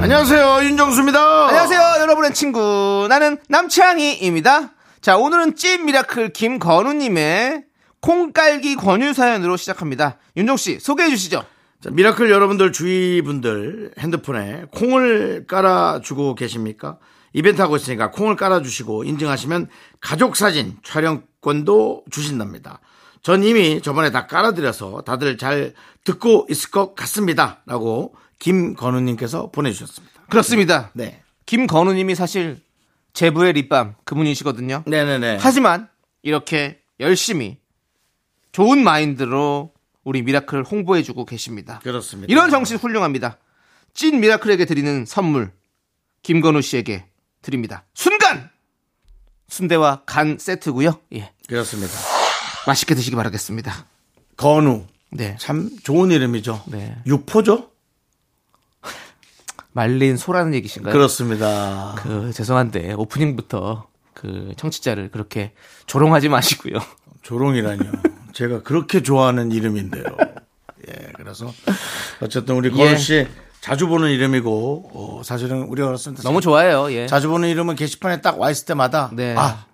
안녕하세요 윤정수입니다. 안녕하세요, 여러분의 친구. 나는 남창희입니다. 자, 오늘은 찐 미라클 김건우님의 콩깔기 권유 사연으로 시작합니다. 윤종씨, 소개해 주시죠. 자, 미라클 여러분들 주위 분들 핸드폰에 콩을 깔아주고 계십니까? 이벤트 하고 있으니까 콩을 깔아주시고 인증하시면 가족 사진 촬영권도 주신답니다. 전 이미 저번에 다 깔아드려서 다들 잘 듣고 있을 것 같습니다. 라고 김건우님께서 보내주셨습니다. 그렇습니다. 네. 김건우님이 사실 제부의 립밤 그분이시거든요. 네네네. 하지만 이렇게 열심히 좋은 마인드로 우리 미라클을 홍보해주고 계십니다. 그렇습니다. 이런 정신 훌륭합니다. 찐 미라클에게 드리는 선물 김건우 씨에게 드립니다. 순간 순대와 간 세트고요. 예, 그렇습니다. 맛있게 드시기 바라겠습니다. 건우. 네, 참 좋은 이름이죠. 네. 육포죠? 말린 소라는 얘기신가요? 그렇습니다. 그, 죄송한데 오프닝부터 그 청취자를 그렇게 조롱하지 마시고요. 조롱이라니요. 제가 그렇게 좋아하는 이름인데요. 예, 그래서 어쨌든 우리 건우 예. 씨 자주 보는 이름이고 어, 사실은 우리 어렸을 때 너무 좋아요. 예. 자주 보는 이름은 게시판에 딱 와 있을 때마다 네. 아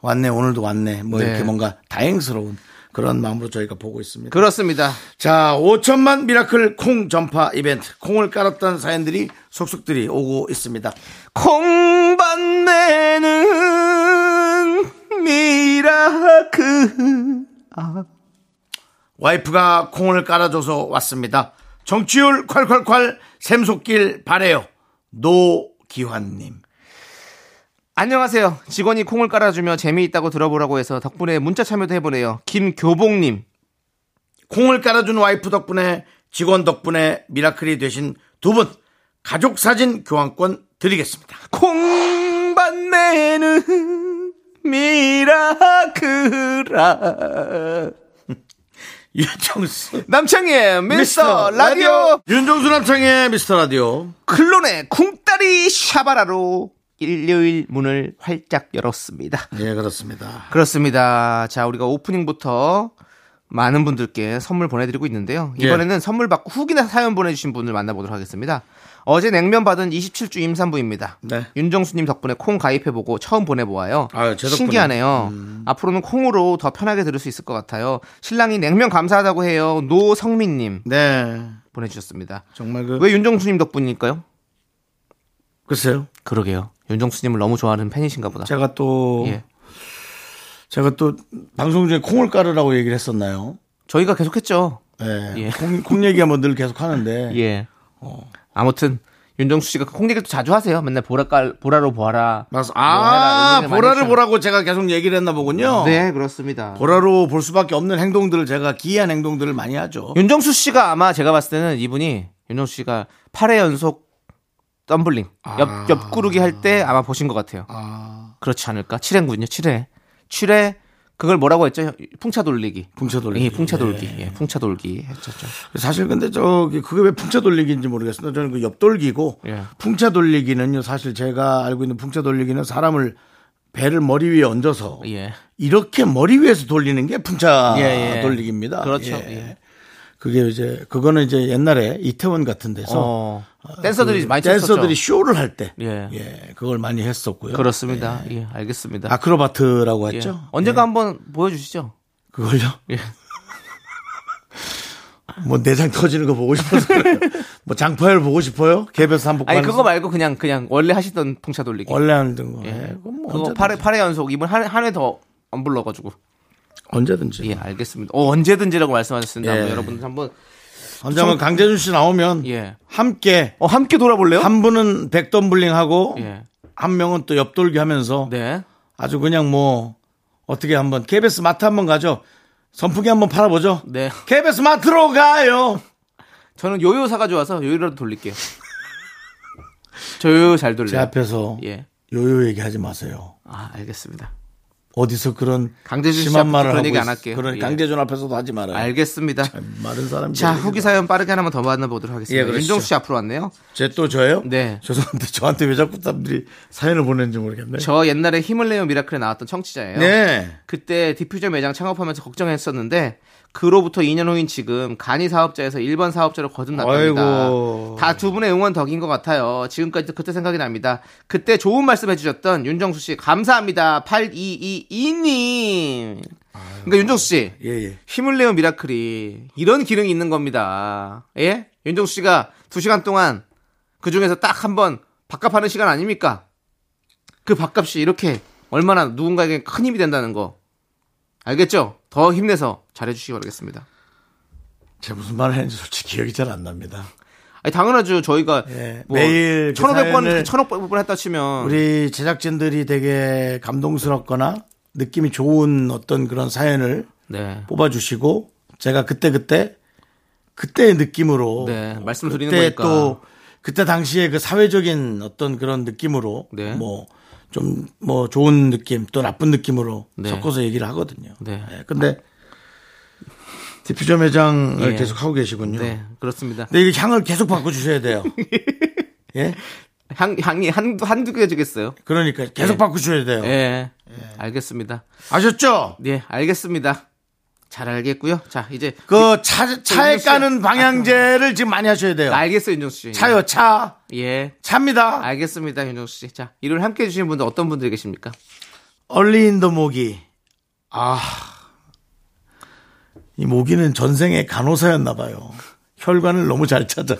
왔네 오늘도 왔네 뭐 네. 이렇게 뭔가 다행스러운 그런 마음으로 저희가 보고 있습니다. 그렇습니다. 자, 5천만 미라클 콩 전파 이벤트 콩을 깔았다는 사연들이 속속들이 오고 있습니다. 콩반내는 미라클 와이프가 콩을 깔아줘서 왔습니다. 정치율 콸콸콸 샘솟길 바래요. 노기환님. 안녕하세요. 직원이 콩을 깔아주며 재미있다고 들어보라고 해서 덕분에 문자 참여도 해보네요. 김교봉님. 콩을 깔아준 와이프 덕분에 직원 덕분에 미라클이 되신 두 분 가족 사진 교환권 드리겠습니다. 콩반내는 미라클아. 윤정수 남창희의 미스터 라디오 윤정수 남창의 미스터 라디오 클론의 쿵따리 샤바라로 일요일 문을 활짝 열었습니다. 예 그렇습니다. 그렇습니다. 자, 우리가 오프닝부터 많은 분들께 선물 보내드리고 있는데요. 예. 이번에는 선물 받고 후기나 사연 보내주신 분을 만나보도록 하겠습니다. 어제 냉면 받은 27주 임산부입니다. 네. 윤정수님 덕분에 콩 가입해보고 처음 보내보아요. 아유, 제 덕분에. 음. 신기하네요. 앞으로는 콩으로 더 편하게 들을 수 있을 것 같아요. 신랑이 냉면 감사하다고 해요. 노성민님 네 보내주셨습니다. 정말 그 왜 윤정수님 덕분일까요? 글쎄요 그러게요. 윤정수님을 너무 좋아하는 팬이신가 보다. 제가 또 예. 제가 또 방송 중에 콩을 깔으라고 얘기를 했었나요? 저희가 계속했죠. 예. 예. 콩, 콩 얘기하면 늘 계속 하는데 예. 어. 아무튼 윤정수 씨가 그 콩 얘기도 자주 하세요. 맨날 보라 깔 보라로 보아라. 맞아. 뭐 해라, 아 이런 얘기 많이 보라를 하시잖아요. 보라고 제가 계속 얘기를 했나 보군요. 네, 그렇습니다. 보라로 볼 수밖에 없는 행동들을 제가 기이한 행동들을 많이 하죠. 윤정수 씨가 아마 제가 봤을 때는 이분이 윤정수 씨가 8회 연속 덤블링 아. 옆 옆구르기 할 때 아마 보신 것 같아요. 그렇지 않을까? 7회군요. 7회. 7회 그걸 뭐라고 했죠? 풍차 돌리기. 풍차 돌리기. 네. 예, 풍차 돌기. 예, 풍차 돌기 했었죠. 사실 근데 저기 그게 왜 풍차 돌리기인지 모르겠어요. 저는 그 옆돌기고 예. 풍차 돌리기는요. 사실 제가 알고 있는 풍차 돌리기는 사람을 배를 머리 위에 얹어서 예. 이렇게 머리 위에서 돌리는 게 풍차 예, 예. 돌리기입니다. 그렇죠. 예. 예. 그게 이제 그거는 이제 옛날에 이태원 같은 데서 어. 댄서들이 그 많이 쳤었죠. 댄서들이 쇼를 할 때 예. 예, 그걸 많이 했었고요. 그렇습니다. 네. 예, 알겠습니다. 아, 아크로바트라고 예. 했죠. 네. 언젠가 한번 보여주시죠. 그걸요? 예. 뭐 내장 터지는 거 보고 싶어서 그래요. 뭐 장파열 보고 싶어요? 개별 삼복. 아니 그거 말고 그냥 그냥 원래 하시던 풍차 돌리기. 원래 하는 거. 예. 예. 그건 뭐 그거 언제든지. 팔회 팔회 연속 이번 한한회더안 불러가지고. 언제든지. 예, 알겠습니다. 어, 언제든지라고 말씀하셨습니다. 예. 한번 여러분들 한번 언제면 강재준 씨 나오면 예. 함께 어 함께 돌아볼래요? 한 분은 백덤블링 하고 예. 한 명은 또 옆돌기 하면서 네. 아주 그냥 뭐 어떻게 한번 KBS 마트 한번 가죠. 선풍기 한번 팔아보죠. 네. KBS 마트로 가요. 저는 요요 사가 좋아서 요요라도 돌릴게요. 저요 잘 돌려. 제 앞에서 예. 요요 얘기하지 마세요. 아 알겠습니다. 네. 어디서 그런 강제준 심한 씨한테 말을 그런 하고 얘기 안 있- 할게요. 그런 예. 강제준 앞에서도 하지 말아요. 알겠습니다. 많은 사람이 자 후기 사연 빠르게 하나만 더 만나보도록 예, 하겠습니다. 그러시죠. 윤종 씨 앞으로 왔네요. 제또 저예요? 네. 죄송한데 저한테 왜 자꾸 사람들이 사연을 보내는지 모르겠네요. 저 옛날에 힘을 내요 미라클에 나왔던 청취자예요. 네. 그때 디퓨저 매장 창업하면서 걱정했었는데 그로부터 2년 후인 지금 간이 사업자에서 일반 사업자로 거듭났답니다. 아이고. 다 두 분의 응원 덕인 것 같아요. 지금까지도 그때 생각이 납니다. 그때 좋은 말씀 해주셨던 윤정수 씨 감사합니다. 8222님. 그러니까 윤정수 씨 예, 예. 힘을 내요 미라클이 이런 기능이 있는 겁니다. 예? 윤정수 씨가 두 시간 동안 그 중에서 딱 한 번 밥값하는 시간 아닙니까? 그 밥값이 이렇게 얼마나 누군가에게 큰 힘이 된다는 거 알겠죠? 더 힘내서 잘해주시기 바라겠습니다. 제가 무슨 말을 했는지 솔직히 기억이 잘 안 납니다. 아니, 당연하죠. 저희가 예, 뭐 매일 그 1,500번, 사연을 1,500번 했다 치면 우리 제작진들이 되게 감동스럽거나 느낌이 좋은 어떤 그런 사연을 네. 뽑아주시고 제가 그때 그때 그때의 느낌으로 네, 뭐 말씀을 드리는 그때 거니까. 또 그때 당시에 그 사회적인 어떤 그런 느낌으로 네. 뭐 좀 뭐 좋은 느낌 또 나쁜 느낌으로 네. 섞어서 얘기를 하거든요. 네. 예, 근데 디퓨저 매장을 예. 계속 하고 계시군요. 네, 그렇습니다. 근데 이거 향을 계속 바꿔 주셔야 돼요. 예, 향, 향이 한두, 한두 개 주겠어요. 그러니까 계속 예. 바꿔 주셔야 돼요. 예. 알겠습니다. 아셨죠? 예, 알겠습니다. 잘 알겠고요. 자, 이제 그 차, 차에 윤정수 씨. 까는 방향제를 지금 많이 하셔야 돼요. 알겠어요, 윤정수 씨. 차요 차 예. 차입니다. 알겠습니다, 윤정수 씨. 자, 일요일 함께 해주신 분들 어떤 분들이 계십니까? 얼리인 더 모기. 아. 이 모기는 전생에 간호사였나 봐요. 혈관을 너무 잘 찾아요.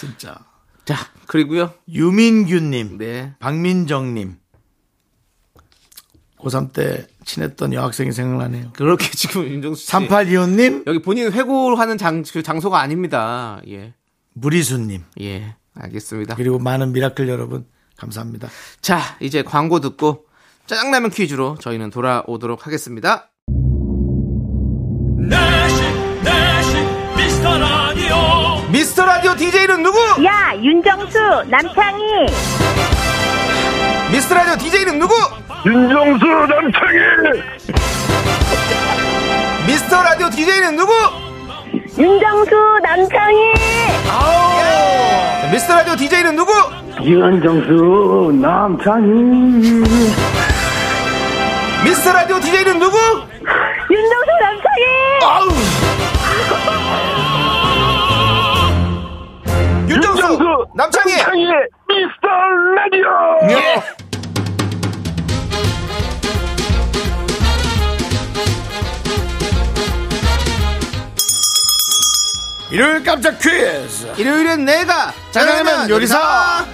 진짜. 자, 그리고요. 유민규님, 네. 박민정님. 고3 때 친했던 여학생이 생각나네요. 그렇게 지금 윤정수 씨. 3825님, 여기 본인 회고하는 장, 그 장소가 아닙니다. 예. 무리수님. 예. 알겠습니다. 그리고 많은 미라클 여러분, 감사합니다. 자, 이제 광고 듣고 짜장라면 퀴즈로 저희는 돌아오도록 하겠습니다. 내시 내시 미스터 라디오 미스터 라디오 DJ는 누구? 야, 윤정수, 남창희. 미스터 라디오 DJ는 누구? 윤정수 남창희 미스터 라디오 DJ는 누구? 윤정수, 남창희. 자, 미스터 라디오 DJ는 누구? 윤정수 남창희 미스터 라디오 DJ는 누구? 윤정수, 남창희. 윤정수, 윤정수, 남창희. 예, 창희의 미스터 라디오 일요일 깜짝 퀴즈! 일요일엔 내가 짜장라면 요리사!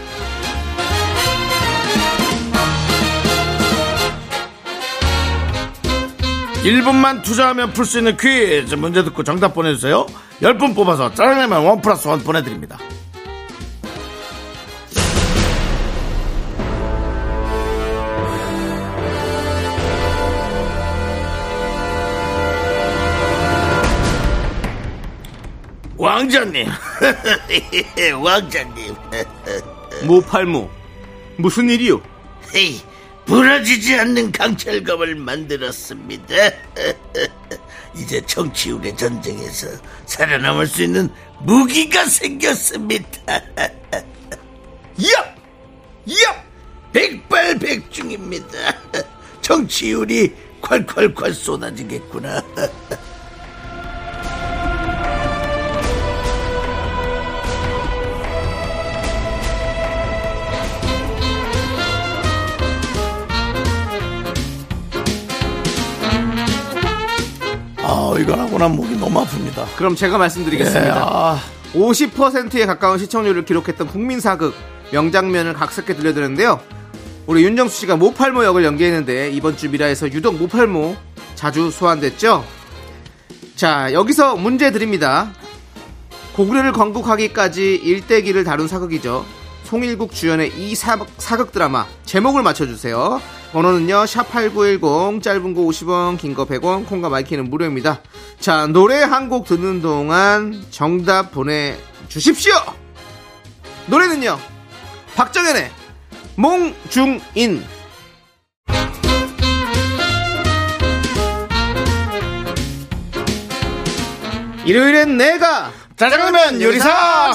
일분만 투자하면 풀 수 있는 퀴즈 문제 듣고 정답 보내주세요 10분 뽑아서 짜장라면 원 플러스 원 보내드립니다 왕자님 예, 왕자님 모팔모 무슨 일이요? 헤이, 부러지지 않는 강철검을 만들었습니다. 이제 정치율의 전쟁에서 살아남을 수 있는 무기가 생겼습니다. 야! 야! 백발백중입니다. 정치율이 콸콸콸 쏟아지겠구나. 아, 이건 하고 난 목이 너무 아픕니다. 그럼 제가 말씀드리겠습니다. 아, 50%에 가까운 시청률을 기록했던 국민 사극 명장면을 각색해 들려드렸는데요. 우리 윤정수 씨가 모팔모 역을 연기했는데 이번 주 미라에서 유독 모팔모 자주 소환됐죠. 자 여기서 문제 드립니다. 고구려를 건국하기까지 일대기를 다룬 사극이죠. 송일국 주연의 이 사, 사극 드라마 제목을 맞춰주세요. 번호는요 샵8910 짧은 거 50원 긴 거 100원 콩과 마이키는 무료입니다. 자 노래 한 곡 듣는 동안 정답 보내주십시오. 노래는요 박정현의 몽중인 일요일엔 내가 짜장라면 요리사!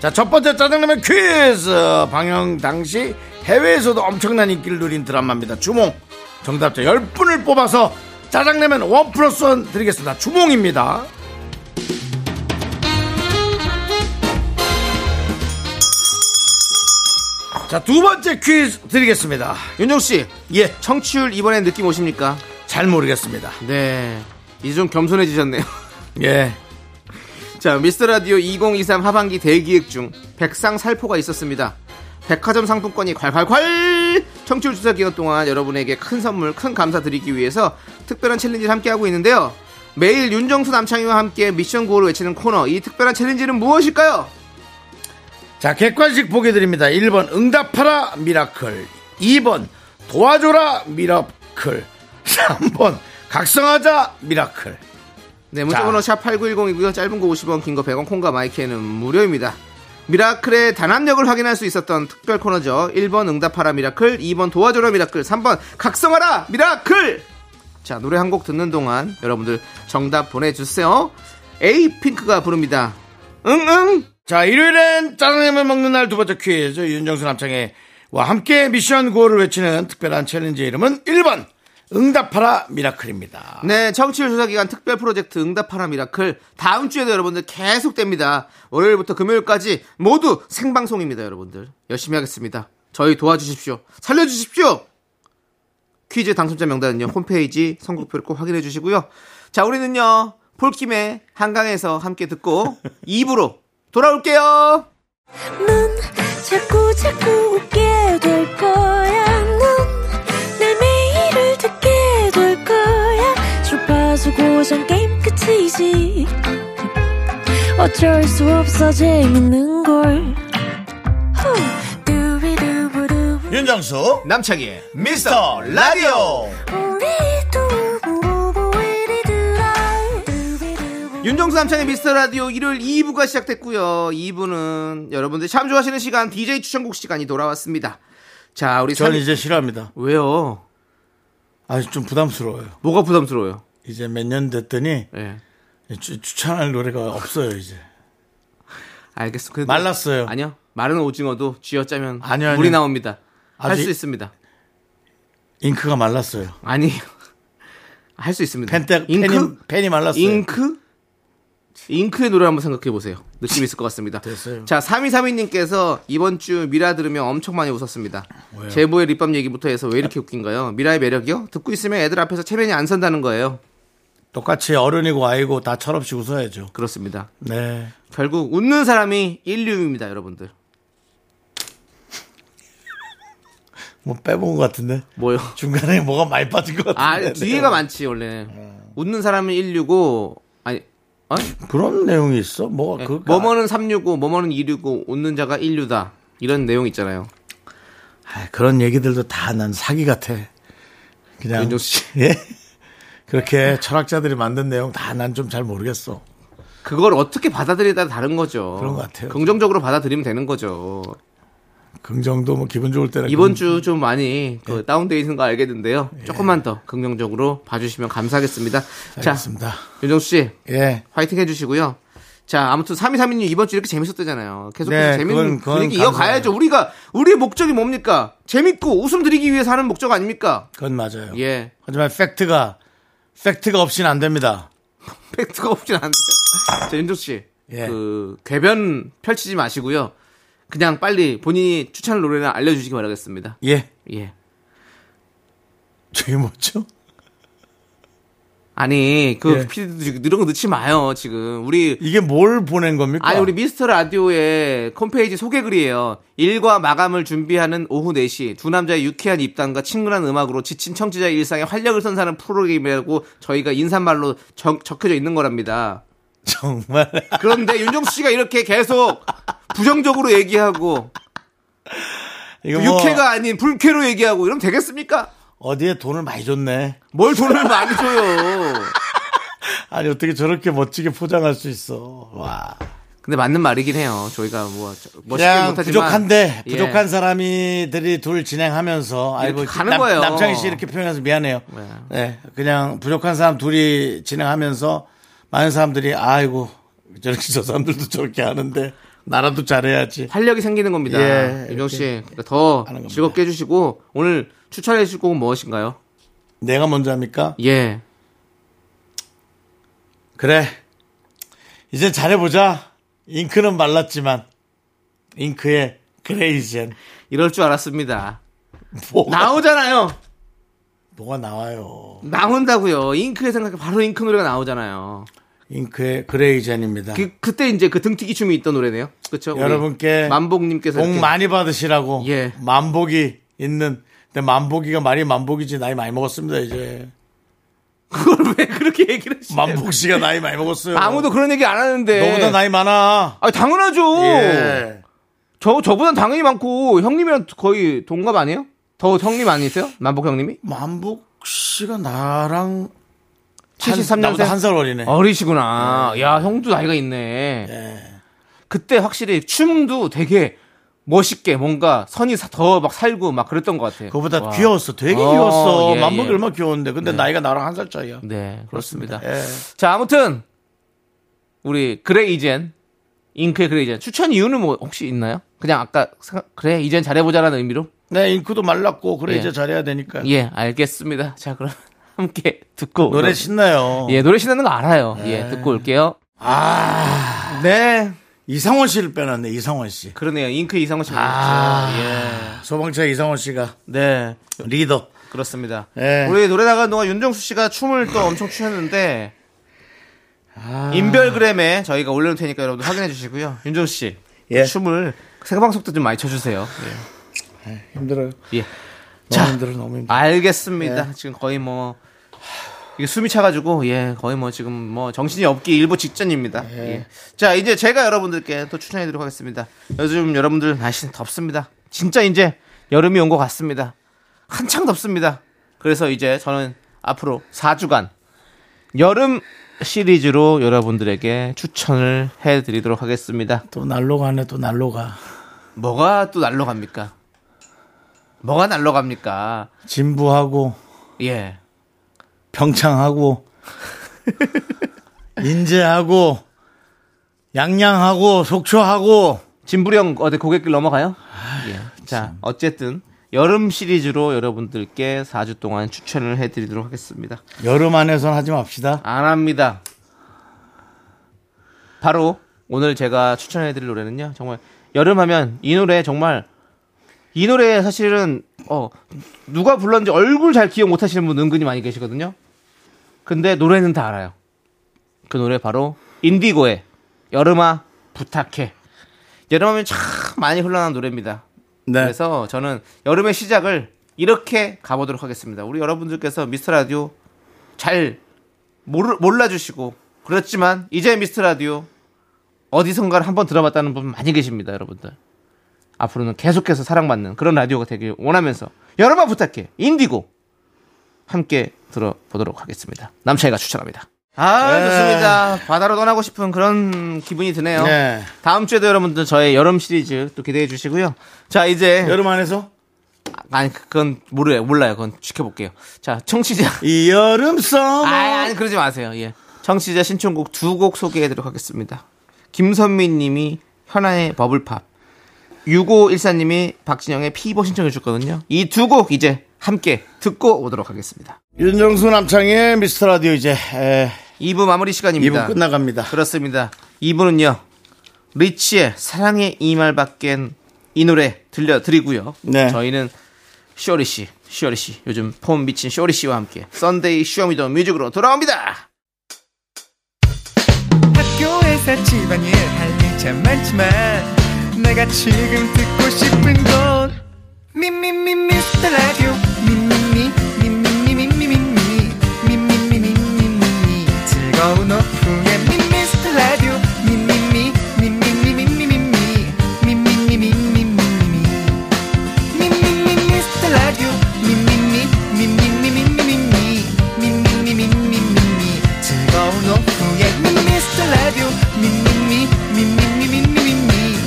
자, 첫 번째 짜장라면 퀴즈! 방영 당시 해외에서도 엄청난 인기를 누린 드라마입니다. 주몽. 정답자 10분을 뽑아서 짜장라면 원 플러스 원 드리겠습니다. 주몽입니다. 자, 두 번째 퀴즈 드리겠습니다. 윤정씨 예, 청취율 이번에 느낌 오십니까? 잘 모르겠습니다. 네 이제 좀 겸손해지셨네요 예, 자, 미스터 라디오 2023 하반기 대기획 중 백상 살포가 있었습니다. 백화점 상품권이 콸콸콸! 청취율 조사 기간 동안 여러분에게 큰 선물, 큰 감사 드리기 위해서 특별한 챌린지를 함께하고 있는데요. 매일 윤정수 남창희와 함께 미션 구호를 외치는 코너, 이 특별한 챌린지는 무엇일까요? 자, 객관식 보기드립니다. 1번 응답하라 미라클, 2번 도와줘라 미라클, 3번 각성하자 미라클. 네, 문자번호 샵8910이고요. 짧은 거 50원, 긴 거 100원, 콩과 마이크는 무료입니다. 미라클의 단합력을 확인할 수 있었던 특별 코너죠. 1번 응답하라 미라클, 2번 도와줘라 미라클, 3번 각성하라 미라클! 자, 노래 한 곡 듣는 동안 여러분들 정답 보내주세요. 에이핑크가 부릅니다. 응응! 자, 일요일엔 짜장라면 먹는 날 두 번째 퀴즈 윤정수 남창희와 함께 미션 구호를 외치는 특별한 챌린지의 이름은 1번 응답하라 미라클입니다. 네, 청취율 조사 기간 특별 프로젝트 응답하라 미라클. 다음 주에도 여러분들 계속됩니다. 월요일부터 금요일까지 모두 생방송입니다, 여러분들. 열심히 하겠습니다. 저희 도와주십시오. 살려주십시오! 퀴즈 당첨자 명단은요, 홈페이지 선곡표를 꼭 확인해 주시고요. 자, 우리는요, 폴킴의 한강에서 함께 듣고 2부로 돌아올게요! 넌 자꾸 자꾸 웃게 될 거야. 넌내 매일을 듣게 될 거야. 주파수 고정 게임 끝이지. 어쩔 수 없어 재밌는 걸. 후. 두비두부두부. 윤정수 남창희의 미스터 라디오 우리 두부부부 우리 두라. 두비두부. 윤정수 남창의 미스터 라디오 일요일 2부가 시작됐고요. 2부는 여러분들 참 좋아하시는 시간 DJ 추천곡 시간이 돌아왔습니다. 자, 우리 전 삼- 이제 싫어합니다. 왜요? 아, 좀 부담스러워요. 뭐가 부담스러워요? 이제 몇 년 됐더니 예. 추, 추천할 노래가 없어요, 이제. 알겠어. 그래도- 말랐어요. 아니요. 마른 오징어도 쥐어짜면 아니요, 아니요. 물이 나옵니다. 할 아직- 수 있습니다. 잉크가 말랐어요. 아니. 할 수 있습니다. 펜 때, 펜이, 잉크? 펜이 말랐어요. 잉크? 잉크의 노래 한번 생각해 보세요. 느낌 있을 것 같습니다. 됐어요. 자, 3232님께서 이번 주 미라 들으며 엄청 많이 웃었습니다. 제보의 립밤 얘기부터 해서 왜 이렇게 웃긴가요? 미라의 매력이요? 듣고 있으면 애들 앞에서 체면이 안 선다는 거예요. 똑같이 어른이고 아이고 다 철없이 웃어야죠. 그렇습니다. 네. 결국 웃는 사람이 인류입니다, 여러분들. 뭐 빼본 것 같은데. 뭐요? 중간에 뭐가 많이 빠진 것 아, 같은데. 뒤에가 많지, 원래. 어. 웃는 사람은 165, 아니, 어? 그런 내용이 있어? 뭐가 네. 그 뭐뭐는 365, 뭐뭐는 265, 웃는 자가 인류다. 이런 내용 있잖아요. 아, 그런 얘기들도 다 난 사기 같아. 그냥 윤정수 씨. 예. 그렇게 철학자들이 만든 내용 다 난 좀 잘 모르겠어. 그걸 어떻게 받아들이에 따라 다른 거죠. 그런 것 같아요. 긍정적으로 받아들이면 되는 거죠. 긍정도 뭐 기분 좋을 때는 이번 주 좀 많이 그 네. 다운돼 있는 거 알겠는데요. 조금만 더 긍정적으로 봐주시면 감사하겠습니다. 자, 예. 알겠습니다. 윤정수 씨 예. 화이팅 해주시고요. 자, 아무튼 3232님 이번 주 이렇게 재밌었다잖아요. 계속해서 네, 재밌는 그건- 그건 분위기 감사해요. 이어가야죠. 우리가 우리의 목적이 뭡니까? 재밌고 웃음 드리기 위해서 하는 목적 아닙니까? 그건 맞아요. 예. 하지만 팩트가 팩트가 없이는 안 됩니다. 팩트가 없진 않은데. 자, 윤종 씨. 예. 그, 궤변 펼치지 마시고요. 그냥 빨리 본인이 추천 노래를 알려주시기 바라겠습니다. 예. 예. 저게 뭐죠? 아니, 그, 예. 피디도 지금 이런 거 넣지 마요, 지금. 우리, 이게 뭘 보낸 겁니까? 아니, 우리 미스터 라디오의 홈페이지 소개글이에요. 일과 마감을 준비하는 오후 4시, 두 남자의 유쾌한 입담과 친근한 음악으로 지친 청취자의 일상에 활력을 선사하는 프로그램이라고 저희가 인사말로 적- 적혀져 있는 거랍니다. 정말 그런데 윤정수 씨가 이렇게 계속 부정적으로 얘기하고 이거 뭐 육회가 아닌 불쾌로 얘기하고 이러면 되겠습니까? 어디에 돈을 많이 줬네. 뭘 돈을 많이 줘요. 아니 어떻게 저렇게 멋지게 포장할 수 있어? 와. 근데 맞는 말이긴 해요. 저희가 뭐 저- 멋있게 그냥 못하지만 부족한데 예. 부족한 사람이들이 둘 진행하면서 뭐 아이고 이렇게 가는 남, 거예요. 네. 남창희 씨 이렇게 표현해서 미안해요. 예. 그냥 부족한 사람 둘이 진행하면서 많은 사람들이 아이고 저렇게 저 사람들도 저렇게 하는데 나라도 잘해야지. 활력이 생기는 겁니다. 예, 윤정 씨, 그러니까 더 하는 겁니다. 즐겁게 해주시고 오늘 추천해 주실 곡은 무엇인가요? 내가 먼저 합니까? 예, 그래. 이제 잘해보자. 잉크는 말랐지만 잉크의 그레이젠 이럴 줄 알았습니다. 뭐가, 나오잖아요. 뭐가 나와요. 나온다고요. 잉크의 생각에 바로 잉크 노래가 나오잖아요. 잉크의 그레이젠입니다. 그 그때 이제 그 등티기 춤이 있던 노래네요. 그렇죠? 여러분께 만복님께서 복 이렇게 많이 받으시라고 예. 만복이 있는 근데 만복이가 말이 만복이지 나이 많이 먹었습니다 이제 그걸 왜 그렇게 얘기를 하시? 만복 씨가 나이 많이 먹었어요 아무도 그런 얘기 안 하는데. 너보다 나이 많아 아 당연하죠. 예. 저 저보단 당연히 많고 형님이랑 거의 동갑 아니에요? 더 형님 아니세요? 만복 형님이? 만복 씨가 나랑 73년생 한살 어리네 네. 어리시구나. 야, 형도 나이가 있네. 그때 확실히 춤도 되게 멋있게 뭔가 선이 더 막 살고 막 그랬던 것 같아요. 그거보다 와. 귀여웠어 되게 어, 귀여웠어 예, 만복이 예. 얼마나 귀여운데 근데 나이가 나랑 한 살 차이야 네, 그렇습니다. 예. 자, 아무튼 우리 그레이젠 잉크의 그레이젠 추천 이유는 뭐 혹시 있나요? 그냥 아까 생각- 그래 이젠 잘해보자라는 의미로 네 잉크도 말랐고 그래 예. 이제 잘해야 되니까 예 알겠습니다. 자 그럼 함께 듣고 노래 오도록- 신나요 예 노래 신나는 거 알아요. 예 듣고 올게요. 네 이상원 씨를 빼놨네 이상원 씨 아, 그러네요. 잉크 이상호 씨. 아. 그렇죠. 예. 소방차 이상원 씨가 네, 리더 그렇습니다. 예. 우리 노래 나가는 동안 윤정수 씨가 춤을 또 엄청 추셨는데 아. 인별그램에 저희가 올려놓을 테니까 여러분들 확인해 주시고요. 윤정수 씨 예. 춤을 생방송 때좀 많이 쳐주세요. 예. 힘들어요 예. 예. 자, 힘들어 너무 예. 힘들어. 알겠습니다. 지금 거의 뭐 이게 숨이 차가지고 예 거의 뭐 지금 뭐 정신이 없기 일보 직전입니다. 예. 자 이제 제가 여러분들께 또 추천해드리도록 하겠습니다. 요즘 여러분들 날씨는 덥습니다. 진짜 이제 여름이 온 것 같습니다. 한창 덥습니다. 그래서 이제 저는 앞으로 4주간 여름 시리즈로 여러분들에게 추천을 해드리도록 하겠습니다. 또 날로 가네, 또 날로 가. 뭐가 또 날로 갑니까? 뭐가 날로 갑니까? 진부하고 예. 평창하고 인제하고 양양하고 속초하고 진부령 어디 고객길 넘어가요? 예. 자, 어쨌든 여름 시리즈로 여러분들께 4주 동안 추천을 해드리도록 하겠습니다. 여름 안에선 하지 맙시다. 안 합니다. 바로 오늘 제가 추천해드릴 노래는요. 정말 여름하면 이 노래 정말 이 노래 사실은 어 누가 불렀는지 얼굴 잘 기억 못하시는 분 은근히 많이 계시거든요. 근데 노래는 다 알아요. 그 노래 바로 인디고의 여름아 부탁해. 여름하면 참 많이 흘러나는 노래입니다. 네. 그래서 저는 여름의 시작을 이렇게 가보도록 하겠습니다. 우리 여러분들께서 미스터 라디오 잘 모르, 몰라주시고 그렇지만 이제 미스터 라디오 어디선가를 한번 들어봤다는 분 많이 계십니다, 여러분들. 앞으로는 계속해서 사랑받는 그런 라디오가 되길 원하면서 여러분 부탁해 인디고 함께 들어보도록 하겠습니다. 남창이가 추천합니다. 아 네. 좋습니다. 바다로 떠나고 싶은 그런 기분이 드네요. 네. 다음 주에도 여러분들 저의 여름 시리즈 또 기대해 주시고요. 자 이제 여름 안에서 아니 그건 모르요 몰라요. 그건 지켜볼게요. 자 청취자 이 여름 썸머 아, 아니 그러지 마세요. 예. 청취자 신청곡 두 곡 소개해드리도록 하겠습니다. 김선미님이 현아의 버블팝, 6514님이 박진영의 피버 신청해 주셨거든요. 이 두 곡 이제 함께 듣고 오도록 하겠습니다. 윤정수 남창의 미스터 라디오 이제 에, 2부 마무리 시간입니다. 2부 끝나갑니다. 그렇습니다. 2부는요 리치의 사랑의 이 말밖엔 이 노래 들려드리고요. 네. 저희는 쇼리 씨, 쇼리 씨 요즘 폼 미친 쇼리 씨와 함께 썬데이 쇼미더 뮤직으로 돌아옵니다. 학교에서 집안일 할 일 참 많지만 내가 지금 듣고 싶은 건 미미미 미스터 라디오 미미미 미미미 미미미 미미미 미미미 미미미 즐거운 오후에 미미스터 라디오 미미미 미미미 미미미 미미미 미미미 미미미 즐거운 오후에 미스터 라디오 미미미 미미미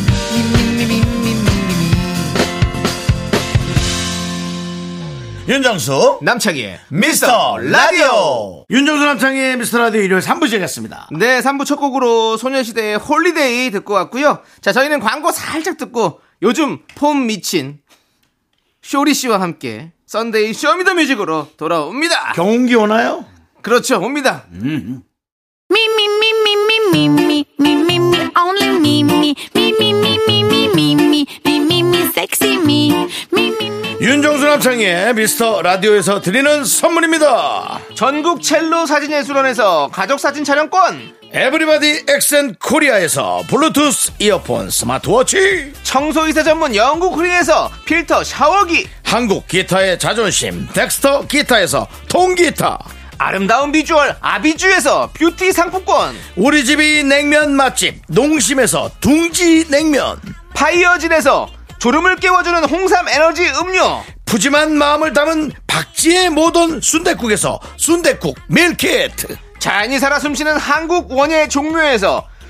윤정수 남창희의 미스터 라디오 윤정수 남창의 미스터 라디오 일요일 3부 시작했습니다. 네, 3부 첫 곡으로 소녀시대의 홀리데이 듣고 왔고요. 자, 저희는 광고 살짝 듣고 요즘 폼 미친 쇼리 씨와 함께 썬데이 쇼미더뮤직으로 돌아옵니다. 경운기 오나요? 그렇죠, 옵니다. Me, me, me, me, me, me, me, me, me, me, only me, me, me, me, me, me, me, me, me, me, me, me, sexy me, me, me, me. 윤정수 남창의 미스터 라디오에서 드리는 선물입니다. 전국 첼로 사진예술원에서 가족사진 촬영권, 에브리바디 엑센 코리아에서 블루투스 이어폰 스마트워치 청소이사 전문 영국 크린에서 필터 샤워기, 한국 기타의 자존심 덱스터 기타에서 통기타 아름다운 비주얼 아비주에서 뷰티 상품권, 우리 집이 냉면 맛집 농심에서 둥지 냉면 파이어진에서 졸음을 깨워주는 홍삼 에너지 음료, 푸짐한 마음을 담은 박지의 모던 순댓국에서순댓국 밀키트 자연이 살아 숨쉬는 한국 원예 종묘에서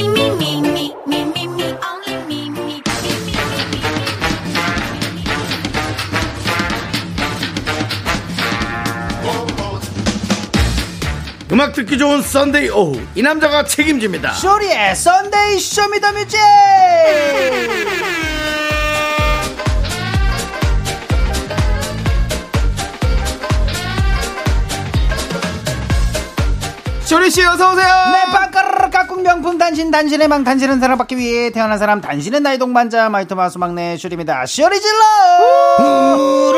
me, me, me, me, me, me, only me, me, me, me, me. 음악 듣기 좋은 썬데이 오후 이 남자가 책임집니다. 쇼리의 썬데이 쇼미더뮤직 쇼리씨 어서오세요 네, 빵가르르 깍꿍 명품 단신, 단신의 망, 단신은 사랑받기 위해 태어난 사람, 단신은 나의 동반자, 마이토 마우스 막내 슈리입니다. 슈리 질러! 어,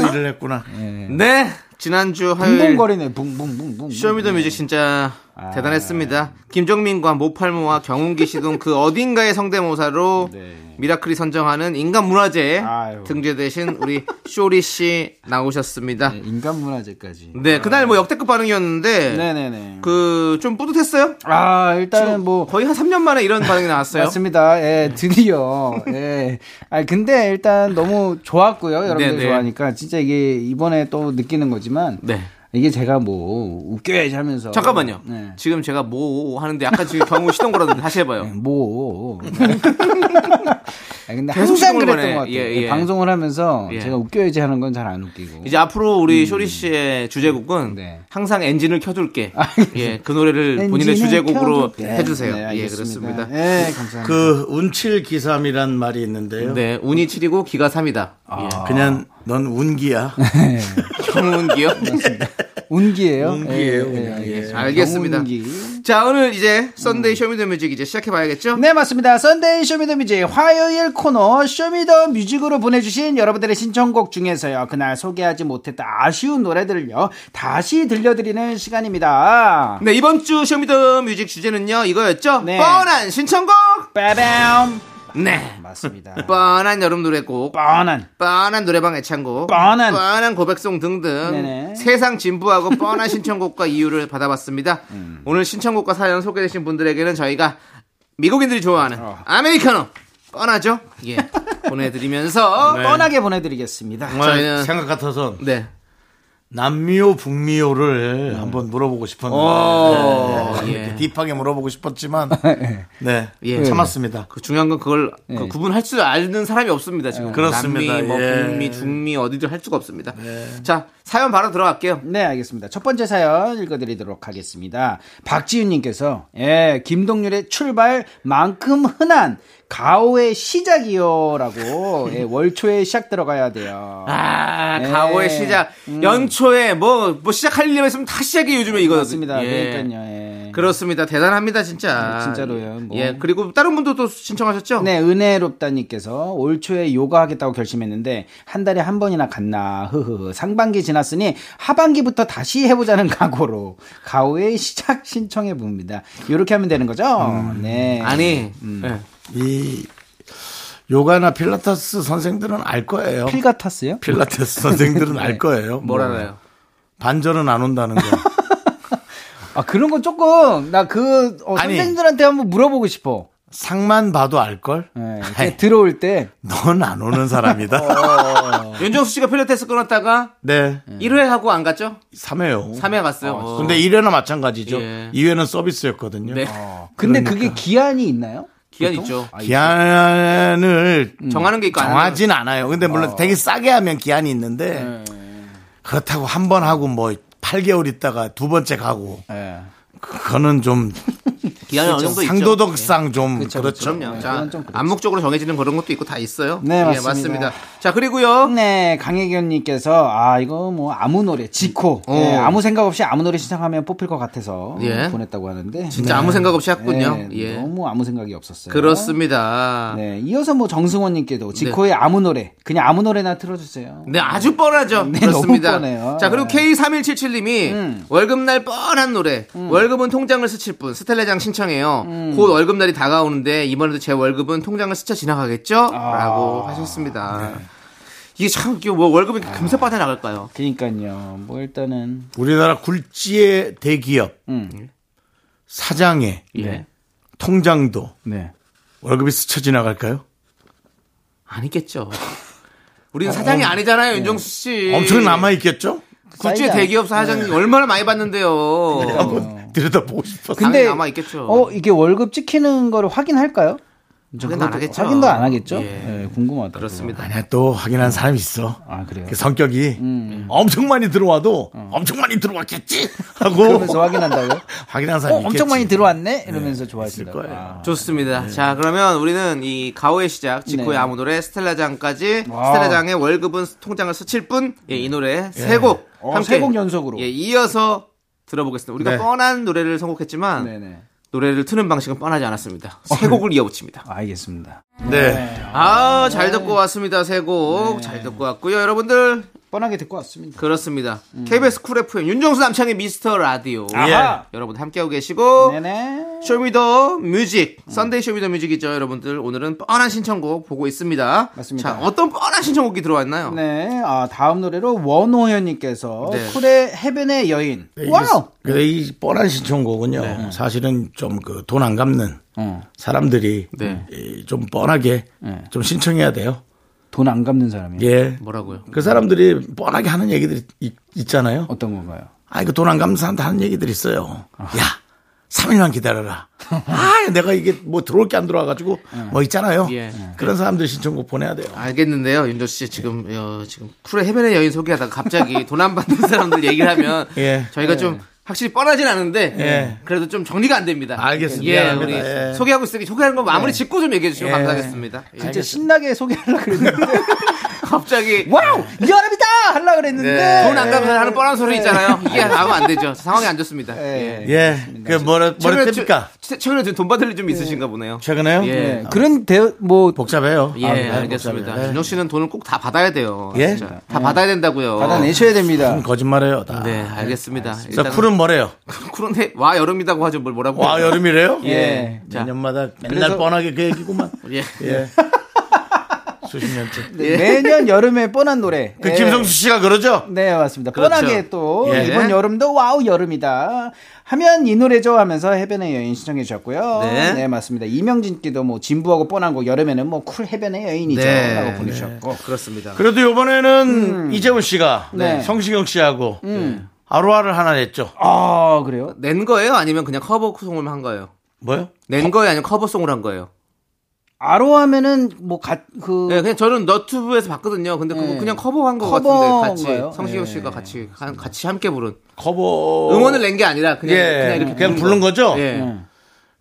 그 일을 했구나. 네 지난주 화요일 붕붕거리네, 붕붕붕붕. 쇼미더뮤직 진짜 아. 대단했습니다. 김정민과 모팔모와 경운기 씨등 그 어딘가의 성대모사로 미라클이 선정하는 인간 문화제에 네. 아유. 등재되신 우리 쇼리 씨 나오셨습니다. 인간 문화재까지. 네, 그날 뭐 역대급 반응이었는데 네네네. 그 좀 뿌듯했어요? 아, 일단은 뭐. 거의 한 3년 만에 이런 반응이 나왔어요. 맞습니다. 예, 드디어. 예. 아, 근데 일단 너무 좋았고요. 여러분들 네, 네. 좋아하니까. 진짜 이게 이번에 또 느끼는 거지만. 네. 이게 제가 뭐, 웃겨야지 하면서. 잠깐만요. 네. 지금 제가 뭐 하는데 약간 지금 경우 시동 걸었는데 다시 해봐요. 뭐. 아, 근데 계속 항상 시동을 그랬던 거네. 것 같아요. 예, 예. 방송을 하면서 예. 제가 웃겨야지 하는 건 잘 안 웃기고. 이제 앞으로 우리 쇼리 씨의 주제곡은 음. 네. 아, 항상 엔진을 켜둘게. 예, 그 노래를 본인의 엔진을 주제곡으로 켜둘게. 해주세요. 네, 예, 알겠습니다. 그렇습니다. 예, 감사합니다. 그 운칠 기삼이란 말이 있는데요. 예. 네, 운이 7이고 기가 3이다. 아. 그냥 넌 운기야. 경운기요? 네, 운기예요. 네. 운기예요, 그냥. 알겠습니다. 알겠습니다. 경운기. 음. 자, 오늘 이제 썬데이 쇼미더뮤직 이제 시작해봐야겠죠? 네 맞습니다. 썬데이 쇼미더뮤직 화요일 코너 쇼미더뮤직으로 보내주신 여러분들의 신청곡 중에서요 그날 소개하지 못했다 아쉬운 노래들을요 다시 들려드리는 시간입니다. 네, 이번 주 쇼미더뮤직 주제는요 이거였죠? 네. 뻔한 신청곡. 빠밤 네, 맞습니다. 뻔한 여름 노래곡. 뻔한 뻔한 노래방 애창곡, 뻔한. 고백송 등등 네네. 세상 진부하고 뻔한 신청곡과 이유를 받아봤습니다. 음. 오늘 신청곡과 사연 소개되신 분들에게는 저희가 미국인들이 좋아하는 어. 아메리카노 뻔하죠? 예 보내드리면서 어, 뻔하게 보내드리겠습니다. 네, 정말 저희는- 생각 같아서 네. 남미오 북미오를 음. 한번 물어보고 오, 싶었는데 네. 예. 이렇게 딥하게 물어보고 싶었지만 네 예. 참았습니다. 그 중요한 건 그걸 그 네. 구분할 줄 아는 사람이 없습니다 지금 네, 그렇습니다. 남미, 뭐 예. 네. 북미, 중미 어디든 할 수가 없습니다. 자 사연 바로 들어갈게요. 네, 알겠습니다. 첫 번째 사연 읽어드리도록 하겠습니다. 박지윤님께서, 예, 김동률의 출발만큼 흔한 가오의 시작이요. 라고, 예, 월초에 시작 들어가야 돼요. 아, 네. 가오의 시작. 음. 연초에 뭐, 뭐 시작할 일이 있으면 다 시작이 요즘에 이거거든요. 맞습니다. 예. 그러니까요. 예. 그렇습니다. 대단합니다, 진짜. 네, 진짜로요, 뭐. 예, 그리고 다른 분도 또 신청하셨죠? 네, 은혜롭다님께서 올 초에 요가하겠다고 결심했는데 한 달에 한 번이나 갔나. 흐흐. 상반기 지났으니 하반기부터 다시 해보자는 각오로 가오의 시작 신청해 봅니다. 이렇게 하면 되는 거죠? 음, 네. 아니, 예. 이 요가나 필라테스 선생들은 알 거예요. 필 같았어요? 네. 필라테스 선생들은 알 거예요. 뭘 뭐, 알아요? 반절은 안 온다는 거. 아 그런 거 조금 나 그 아니. 선생님들한테 한번 물어보고 싶어. 상만 봐도 알걸? 네, 이렇게 들어올 때 넌 안 오는 어, 사람이다. 어. 윤정수 씨가 필라테스 끊었다가 네. 1회 하고 안 갔죠? 3회요. 3회 갔어요. 어. 근데 1회나 마찬가지죠. 예. 2회는 서비스였거든요. 네. 근데 그게 기한이 있나요? 기한 있죠. 기한을 음. 정하는 게 있고 안 하는 거. 아, 어. 정하진 않아요. 근데 물론 되게 싸게 하면 기한이 있는데 네. 그렇다고 한 번 하고 뭐 8개월 있다가 두 번째 가고 예. 그거는 좀 기한은 어느 정도 있죠. 예. 상도덕상 좀 그렇죠. 그럼요. 네, 자, 그건 좀 그렇죠. 암묵적으로 정해지는 그런 것도 있고 다 있어요. 네, 예, 맞습니다. 자, 그리고요. 네, 강혜견님께서 아 이거 뭐 아무 노래 지코 예, 아무 생각 없이 아무 노래 신청하면 뽑힐 것 같아서 예. 보냈다고 하는데 진짜 아무 생각 없이 했군요. 네, 예. 너무 아무 생각이 없었어요. 그렇습니다. 네. 네, 이어서 뭐 정승원님께도 지코의 아무 노래 그냥 아무 노래나 틀어주세요. 아주 뻔하죠. 네, 그렇습니다. 너무 뻔해요. 자, 그리고 네. 음. K3177님이 월급날 뻔한 노래. 월급은 통장을 스칠 뿐. 스텔레장 신청해요. 음. 곧 월급날이 다가오는데 이번에도 제 월급은 통장을 스쳐 지나가겠죠? 아. 라고 하셨습니다. 이게 참, 이게 뭐 월급이 아. 금세 빠져나갈까요? 그러니까요. 뭐 일단은 우리나라 굴지의 대기업 사장의 음. 예. 통장도 네. 월급이 스쳐 지나갈까요? 아니겠죠. 우리는 사장이 네. 아니잖아요, 윤정수 씨. 엄청 남아 있겠죠? 국제 대기업 네. 사장님 얼마나 많이 받는데요. 한번 들여다보고 싶어서. 근데 남아 있겠죠. 어 이게 월급 찍히는 거를 확인할까요? 확인 안 하겠죠. 확인도 안 하겠죠? 예. 예, 궁금하다. 그렇습니다. 아니야 또 확인한 사람이 있어. 아 그래요. 그 성격이 음. 엄청 많이 들어와도 엄청 많이 들어왔겠지 하고 그러면서 확인한다고요? 확인한 어, 사람이 엄청 많이 있겠지. 들어왔네 이러면서 좋아하신다. 있을 거예요. 아. 좋습니다. 자, 그러면 우리는 이 가오의 시작, 직후의 네. 아무 노래, 스텔라장까지, 와우. 네. 스텔라장의 월급은 통장을 스칠 뿐, 예, 이 노래 세 곡 어, 함께 세곡 연속으로. 예, 이어서 들어보겠습니다. 우리가 네. 뻔한 노래를 선곡했지만 아, 네네. 아, 네. 노래를 트는 방식은 뻔하지 않았습니다. 세 곡을 이어붙입니다. 알겠습니다. 네. 아, 잘 듣고 왔습니다. 세 곡 네. 잘 듣고 왔고요, 여러분들. 뻔하게 듣고 왔습니다. 그렇습니다. KBS 쿨 FM 윤정수 남창의 미스터 라디오. 음. 아하. 여러분 함께하고 계시고 네네. 쇼미더 뮤직 썬데이 쇼미더 뮤직이죠 여러분들 오늘은 뻔한 신청곡 보고 있습니다 맞습니다. 자 어떤 뻔한 신청곡이 들어왔나요 네. 아 다음 노래로 원호현님께서 네. 쿨의 해변의 여인. 네, 와우. 근데 이 뻔한 신청곡은요. 네. 사실은 좀 그 돈 안 갚는 어, 사람들이 네. 이, 좀 뻔하게 네. 좀 신청해야 돼요. 돈안 갚는 사람이. 예. 뭐라고요 그 사람들이 뻔하게 하는 얘기들이 있, 있잖아요. 어떤 건가요? 아, 이거 돈 안 갚는 사람들 하는 얘기들이 있어요. 아. 야, 3일만 기다려라. 아, 내가 이게 뭐 들어올 게 안 들어와가지고 뭐 있잖아요. 예. 그런 사람들 신청곡 보내야 돼요. 알겠는데요 윤조 씨 지금 어, 지금 쿨의 해변의 여인 소개하다가 갑자기 돈 안 받는 사람들 얘기를 하면 예. 저희가 좀 확실히 뻔하진 않은데 예. 그래도 좀 정리가 안 됩니다 알겠습니다. 예, 우리 미안합니다. 예. 소개하고 있으니 소개하는 거 마무리 짓고 좀 얘기해 주시면 감사하겠습니다 예. 진짜 신나게 소개하려고 그랬는데. 갑자기 와우! 여름이다! 하려고 그랬는데. 네. 돈 안 갚는 사람 하는 뻔한 소리 있잖아요 이게 나오면 안 되죠 상황이 안 좋습니다 예. 예. 그 뭐라, 뭐라 최- 뜹니까? 최- 최근에 지금 돈 받을 일 좀 있으신가 보네요. 최근에요? 예. 네, 그런 대, 뭐, 복잡해요. 예, 아, 네, 알겠습니다. 복잡해요. 윤정 씨는 돈을 꼭 다 받아야 돼요. 예? 진짜. 다 받아야 된다고요. 받아내셔야 됩니다. 네. 거짓말해요, 다. 네, 알겠습니다. 자, 일단은 쿨은 뭐래요? 쿨은데 와 여름이라고 하죠. 뭘 뭐라고? 와, 여름이래요? 네. 예. 자. 몇 년마다 맨날 그래서- 뻔하게 그 얘기구만. 예. 예. 수십 년째. 네, 매년 여름에 뻔한 노래. 그 예. 김성수 씨가 그러죠? 네 맞습니다. 그렇죠. 뻔하게 또 예. 이번 여름도 와우 여름이다 하면 이 노래죠 하면서 해변의 여인 신청해 주셨고요. 네. 맞습니다. 이명진께도 뭐 진부하고 뻔한 거 여름에는 뭐 쿨 해변의 네. 여인이죠라고 보내주셨고 그렇습니다. 그래도 이번에는 음. 이재훈 씨가 네. 성시경 씨하고 아로하를 하나 냈죠. 아 그래요? 낸 거예요? 아니면 그냥 커버송을 한 거예요? 뭐요? 낸 거예요? 아니면 커버송을 한 거예요? 아로 하면은 뭐그 네, 그냥 저는 너튜브에서 봤거든요. 근데 그거 네. 그냥 커버한 거 커버한 같은데 거예요? 같이 성시경 네. 씨가 같이 한- 같이 함께 부른 커버 응원을 낸 게 아니라 그냥 어. 예. 그냥 이렇게 그냥 부른 거죠? 예. 음. 네.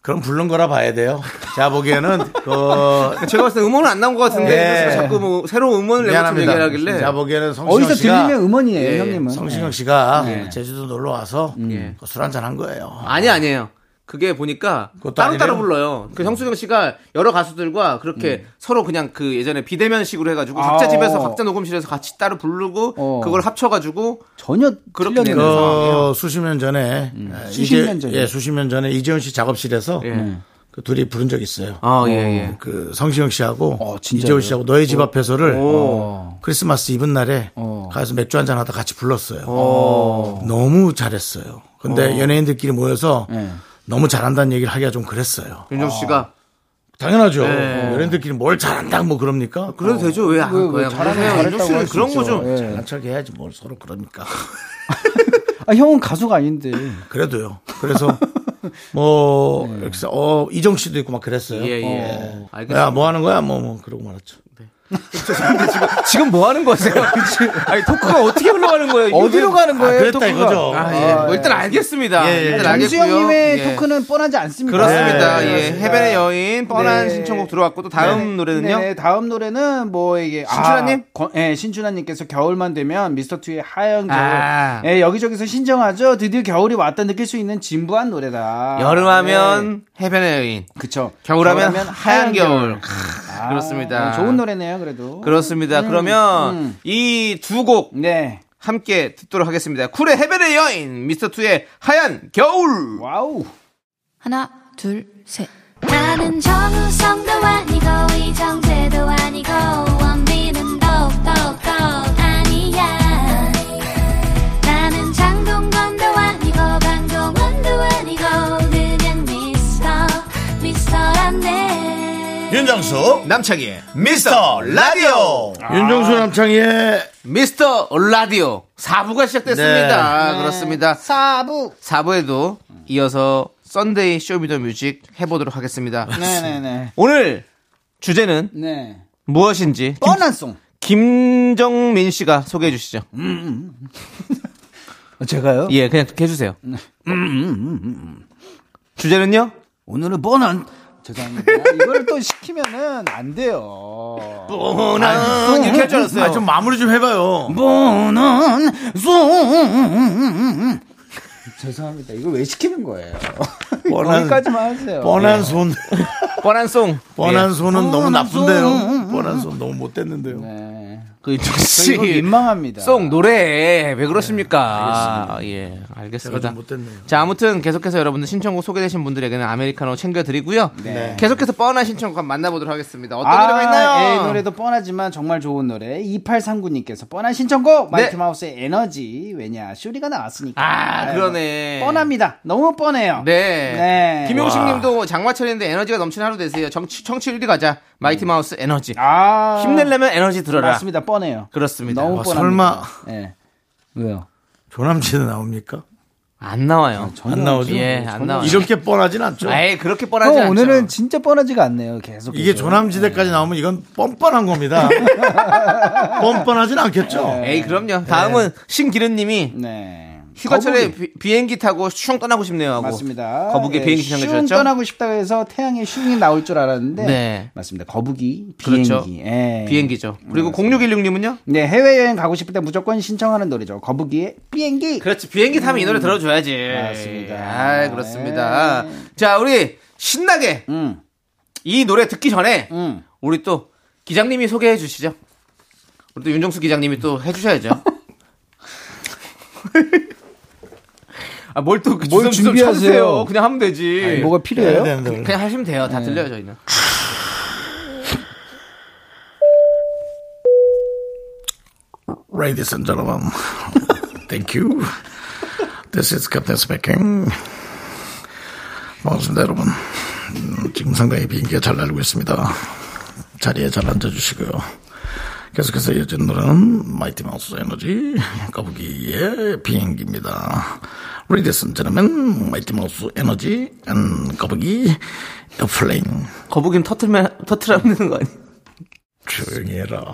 그럼 부른 거라 봐야 돼요. 제가 보기에는 그 그러니까 제가 봤을 때 음원은 안 나온 것 같은데 네. 예. 그래서 자꾸 뭐 새로운 음원을 내고 좀 미안합니다. 얘기를 하길래 제가 보기에는 어디서 성시경 씨가 들리면 음원이에요 예, 예. 형님은. 성시경 씨가 제주도 놀러 와서 네. 그 술 한잔 한 거예요. 네. 음. 아니 아니에요. 그게 보니까 그것도 따로 따로 아니래요? 불러요. 음. 그 형수경 씨가 여러 가수들과 그렇게 서로 그냥 그 예전에 비대면식으로 해가지고 각자 아, 집에서 어. 각자 녹음실에서 같이 따로 부르고 어. 그걸 합쳐가지고 네. 전혀 그렇게 틀렸네요. 돼서. 그 수십 년 전에 예, 수십 년 이제- 전에. 음. 예 수십 년 전에 이재훈 씨 작업실에서 음. 그 예. 그 둘이 부른 적 있어요. 아, 예, 예. 그 성시경 씨하고 진짜요? 이재훈 씨하고 너의 집 앞에서를 오. 크리스마스 이브 날에 어. 가서 맥주 한잔 하다 같이 불렀어요. 오. 너무 잘했어요. 근데 연예인들끼리 모여서 네. 너무 잘한다는 얘기를 하기가 좀 그랬어요. 아. 윤정수 씨가 당연하죠. 어, 네. 그렇죠. 연예인들끼리 뭘 잘한다 뭐 그럽니까? 그래도 되죠. 왜안 어. 왜, 왜 거야? 잘하네, 그러면 잘했다고 윤정수 씨는 할수 그런 있죠. 거 좀. 예. 잘난 척 해야지 뭘 서로 그러니까. 아, 형은 가수가 아닌데. 그래도요. 그래서 뭐 이렇게 해서 어 이정 씨도 있고 막 그랬어요. 예, 예. 알겠습니다. 야 뭐 하는 거야? 뭐 뭐 그러고 말았죠. 지금 뭐 하는 거세요? 아니, 토크가 어떻게 흘러가는 거예요? 어디로 가는 아, 거예요? 그랬다 이거죠. 네, 아, 예. 뭐 일단 알겠습니다. 예, 예. 일단 알겠고요. 정수영님의 예. 네, 토크는 뻔하지 않습니다. 그렇습니다. 네, 예. 그렇습니다. 해변의 여인 뻔한 신청곡 들어왔고 또 다음 네. 노래는요. 네, 다음 노래는 뭐 이게 신춘하님? 아, 거- 예, 신춘하님께서 겨울만 되면 미스터 투의 하얀 겨울. 아. 예, 여기저기서 신청하죠. 드디어 겨울이 왔다 느낄 수 있는 진부한 노래다. 네. 여름하면 해변의 여인. 그쵸. 겨울하면, 하얀 겨울. 크, 아, 그렇습니다. 좋은 노래네요, 그래도. 그렇습니다. 음, 그러면 음. 이 두 곡 네. 함께 듣도록 하겠습니다. 쿨의 해변의 여인, 미스터 투의 하얀 겨울. 와우. 하나, 둘, 셋. 나는 정우성도 아니고, 이정재도 아니고, 원빈은 더욱더 아니야. 나는 장동건도 아니고, 방종원도 아니고, 그냥 미스터, 미스터란데. 윤정수 남창희의 미스터 라디오 아. 윤정수 남창희의 미스터 라디오 4부가 네. 시작됐습니다. 아, 그렇습니다. 4부. 4부에도 이어서 썬데이 쇼미더뮤직 해보도록 하겠습니다. 네네네. 오늘 주제는 네. 무엇인지 뻔한 송. 김, 정민 씨가 소개해 주시죠. 제가요? 예, 그냥 그렇게 해주세요. 주제는요? 오늘은 뻔한. 죄송합니다. 이걸 또 시키면은 안 돼요. 뻔한 이렇게 할 줄 알았어요. 아, 좀 마무리 좀 해봐요. 보는 음, 손. 죄송합니다. 이걸 왜 시키는 거예요? 뻔한- 여기까지만 하세요. 뻔한 손, 뻔한 송. 뻔한 예. 손은 너무 나쁜데요. 뻔한 손 너무 못됐는데요. 네. 그 저 이거 역시 민망합니다. 송 노래 왜 그러십니까? 예, 제가 알겠습니다. 좀 못됐네요. 자, 아무튼 계속해서 여러분들 신청곡 소개되신 분들에게는 아메리카노 챙겨드리고요. 계속해서 뻔한 신청곡 한번 만나보도록 하겠습니다. 어떤 노래가 예, 있나요? 이 노래도 뻔하지만 정말 좋은 노래. 2839님께서 뻔한 신청곡 네. 마이트마우스의 에너지 왜냐 쇼리가 나왔으니까. 아, 그러네. 뻔합니다. 너무 뻔해요. 네. 네. 김용식 님도 장마철인데 에너지가 넘치는 하루 되세요. 정치, 청취 1위 가자. 마이티 마우스 에너지. 아 힘내려면 에너지 들어라. 맞습니다. 뻔해요. 그렇습니다. 어, 너무 아, 뻔합니다. 설마. 예. 왜요? 조남지는 나옵니까? 안 나와요. 안 나오죠? 예, 안 나와요. 이렇게 뻔하진 않죠. 에이, 그렇게 뻔하지 않죠. 형 어, 오늘은 진짜 뻔하지가 않네요. 계속. 이게 조남지대까지 나오면 이건 뻔뻔한 겁니다. 뻔뻔하진 않겠죠. 에이, 그럼요. 다음은 신기른 님이 네. 휴가철에 거북이. 비, 행기 타고 슝 떠나고 싶네요 하고. 맞습니다. 뭐 거북이 예, 비행기 시장을 슝 들었죠? 떠나고 싶다고 해서 태양의 슝이 나올 줄 알았는데 네. 맞습니다. 거북이 비행기. 그렇죠. 예. 비행기죠. 그리고 0616 님은요? 네, 해외여행 가고 싶을 때 무조건 신청하는 노래죠. 거북이의 비행기. 그렇지. 비행기 타면 이 노래 들어줘야지. 음. 맞습니다. 네. 아, 그렇습니다. 자, 우리 신나게 음. 이 노래 듣기 전에 음. 우리 또 기장님이 소개해 주시죠. 우리 또 윤정수 기장님이 또 해주셔야죠. 아, 뭘또 뭘 준비하세요? 그냥 하면 되지. 뭐가 해야 네. 필요해요? 네, 되는데 원래. 그냥 하시면 돼요. 다 들려요, 저희는. Ladies and gentlemen, thank you. This is Captain speaking. 반갑습니다, 여러분. 음, 지금 상당히 비행기가 잘 날고 있습니다. 자리에 잘 앉아주시고요. 계속해서 이어진 노래는 마이티 마우스 에너지 거북이의 비행기입니다. Ladies and gentlemen, 마이티 마우스 에너지 and 거북이 에어플레인. 거북이는 터틀면, 터틀하면 되는 거 아니에요? 조용히 해라.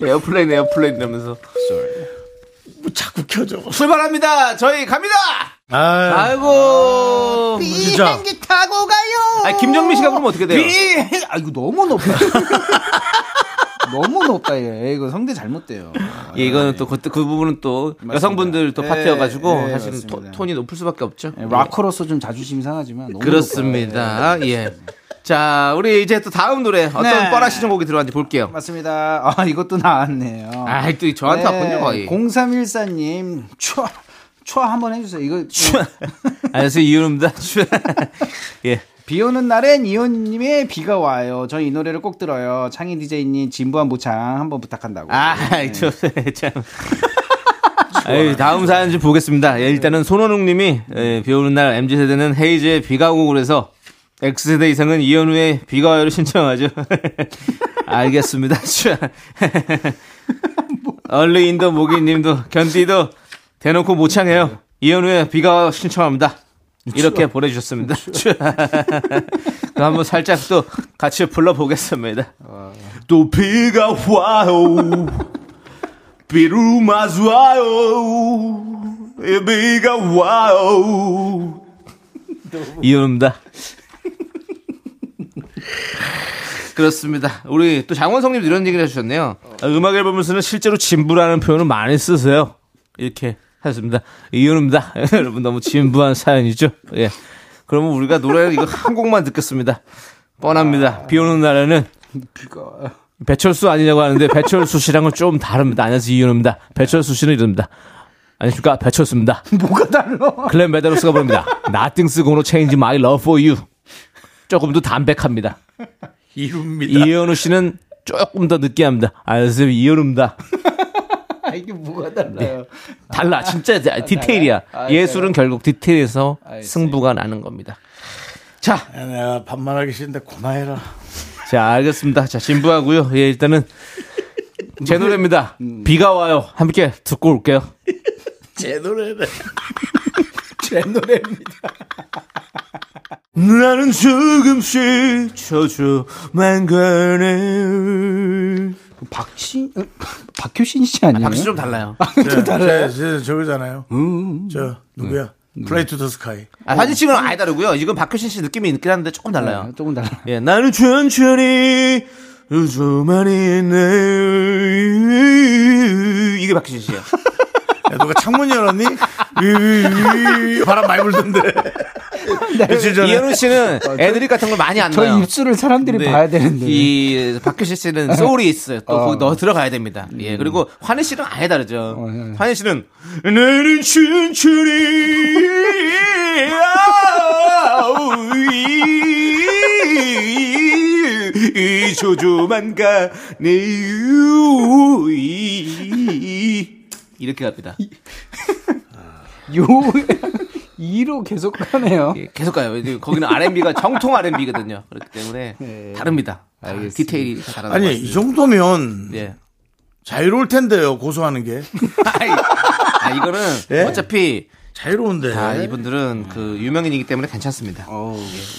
에어플레인, 에어플레인 이러면서. 뭐 자꾸 켜져. 출발합니다! 저희 갑니다! 아, 아이고. 진짜. 타고 가요. 아, 김정민 씨가 그러면 어떻게 돼요? 비행. 아 이거 너무 높다. 너무 높다 얘. 이거 성대 잘못돼요. 예, 이거는 또, 그, 그 부분은 또 여성분들 또 예, 파트여가지고 예, 사실은 토- 맞습니다. 톤이 높을 수밖에 없죠. 예, 락커로서 좀 자존심이 상하지만 너무 높아요. 그렇습니다. 예. 자, 우리 이제 또 다음 노래 어떤 네. 뻔한 시즌곡이 들어왔는지 볼게요. 맞습니다. 아 이것도 나왔네요. 아, 또 저한테 왔군요, 거의. 0314님 추아 추아 한번 해주세요. 이거 네. 안녕하세요, 이윤입니다. 예. 비 오는 날엔 이호님의 비가 와요. 저희 이 노래를 꼭 들어요. 창희 DJ님 진부한 모창 한번 부탁한다고. 아, 저, 참. 아유, 다음 사연 좀 보겠습니다. 예, 일단은 손원웅님이 예, 비 오는 날 MZ 세대는 헤이즈의 비가 오고 그래서 X 세대 이상은 이현우의 비가 와요를 신청하죠. 알겠습니다. 자. 얼리인도 모기님도 견디도 대놓고 모창해요. 이현우의 비가 와요 신청합니다. 이렇게 보내주셨습니다. 자. 그럼 한번 살짝 또 같이 불러보겠습니다. 또 비가 와요. 비를 맞아요. 이 비가 와요. 이현우입니다. 그렇습니다. 우리 또 장원성님 도 이런 얘기를 해주셨네요. 아, 음악 앨범을 쓰는 실제로 진부라는 표현을 많이 쓰세요. 이렇게 하셨습니다. 이현우입니다. 여러분 너무 진부한 사연이죠. 예. 그러면 우리가 노래를 이거 한 곡만 듣겠습니다. 뻔합니다. 비 오는 날에는 배철수 아니냐고 하는데 배철수 씨랑은 좀 다릅니다. 안녕하세요 이현우입니다. 배철수 씨는 이릅니다. 안녕하십니까 배철수입니다. 뭐가 달라? 클랜 베데로스가 부릅니다. Nothing's gonna change my love for you. 조금 더 담백합니다. 이유입니다. 이현우 씨는 조금 더 느끼합니다. 안녕하세요 이현우입니다. 아, 네. 이게 뭐가 달라요? 달라 진짜 디테일이야. 아, 예술은 결국 디테일에서 알겠어요. 승부가 나는 겁니다. 야, 아, 내가 반말하기 싫은데 고마해라. 자 알겠습니다. 자 진부하고요. 예 일단은 제 노래입니다. 음. 비가 와요. 함께 듣고 올게요. 제 노래네. 나는 조금씩 저주만 가네. 박신 어, 박효신 씨 아니에요? 박수 좀 달라요. 또 달라요. 네, 제, 제, 저거잖아요. 저 누구야? 플레이 투 더 스카이. 아, 사진 찍은 건 아예 다르고요. 이건 박효신 씨 느낌이 있긴 한데 조금 달라요. 아, 조금 달라. 예, 나는 천천히 요즘만 있네. 이게 박효신 씨예요. 야, 누가 창문 열었니? 위, 위, 위. 바람 많이 불던데. 그 며칠 전에 이현우 씨는 애드립 같은 걸 많이 안 저희 넣어요. 입술을 사람들이 근데 봐야 되는데. 이 박효신 씨는 소울이 있어요. 또 거기 넣어 들어가야 됩니다. 예. 그리고 환희 씨는 어, 아예 다르죠. 환희 씨는 나는 춘춘이 아우이 조조만 가네요 이렇게 갑니다. 요 이로 계속 가네요. 예, 계속 가요. 이제 거기는 R&B가 정통 R&B거든요. 그렇기 때문에 다릅니다. 다 디테일이 다른 아니 이 정도면 예. 자유로울 텐데요 고소하는 게 아이, 아, 이거는 예? 어차피 자유로운데. 다 이분들은 그 유명인이기 때문에 괜찮습니다.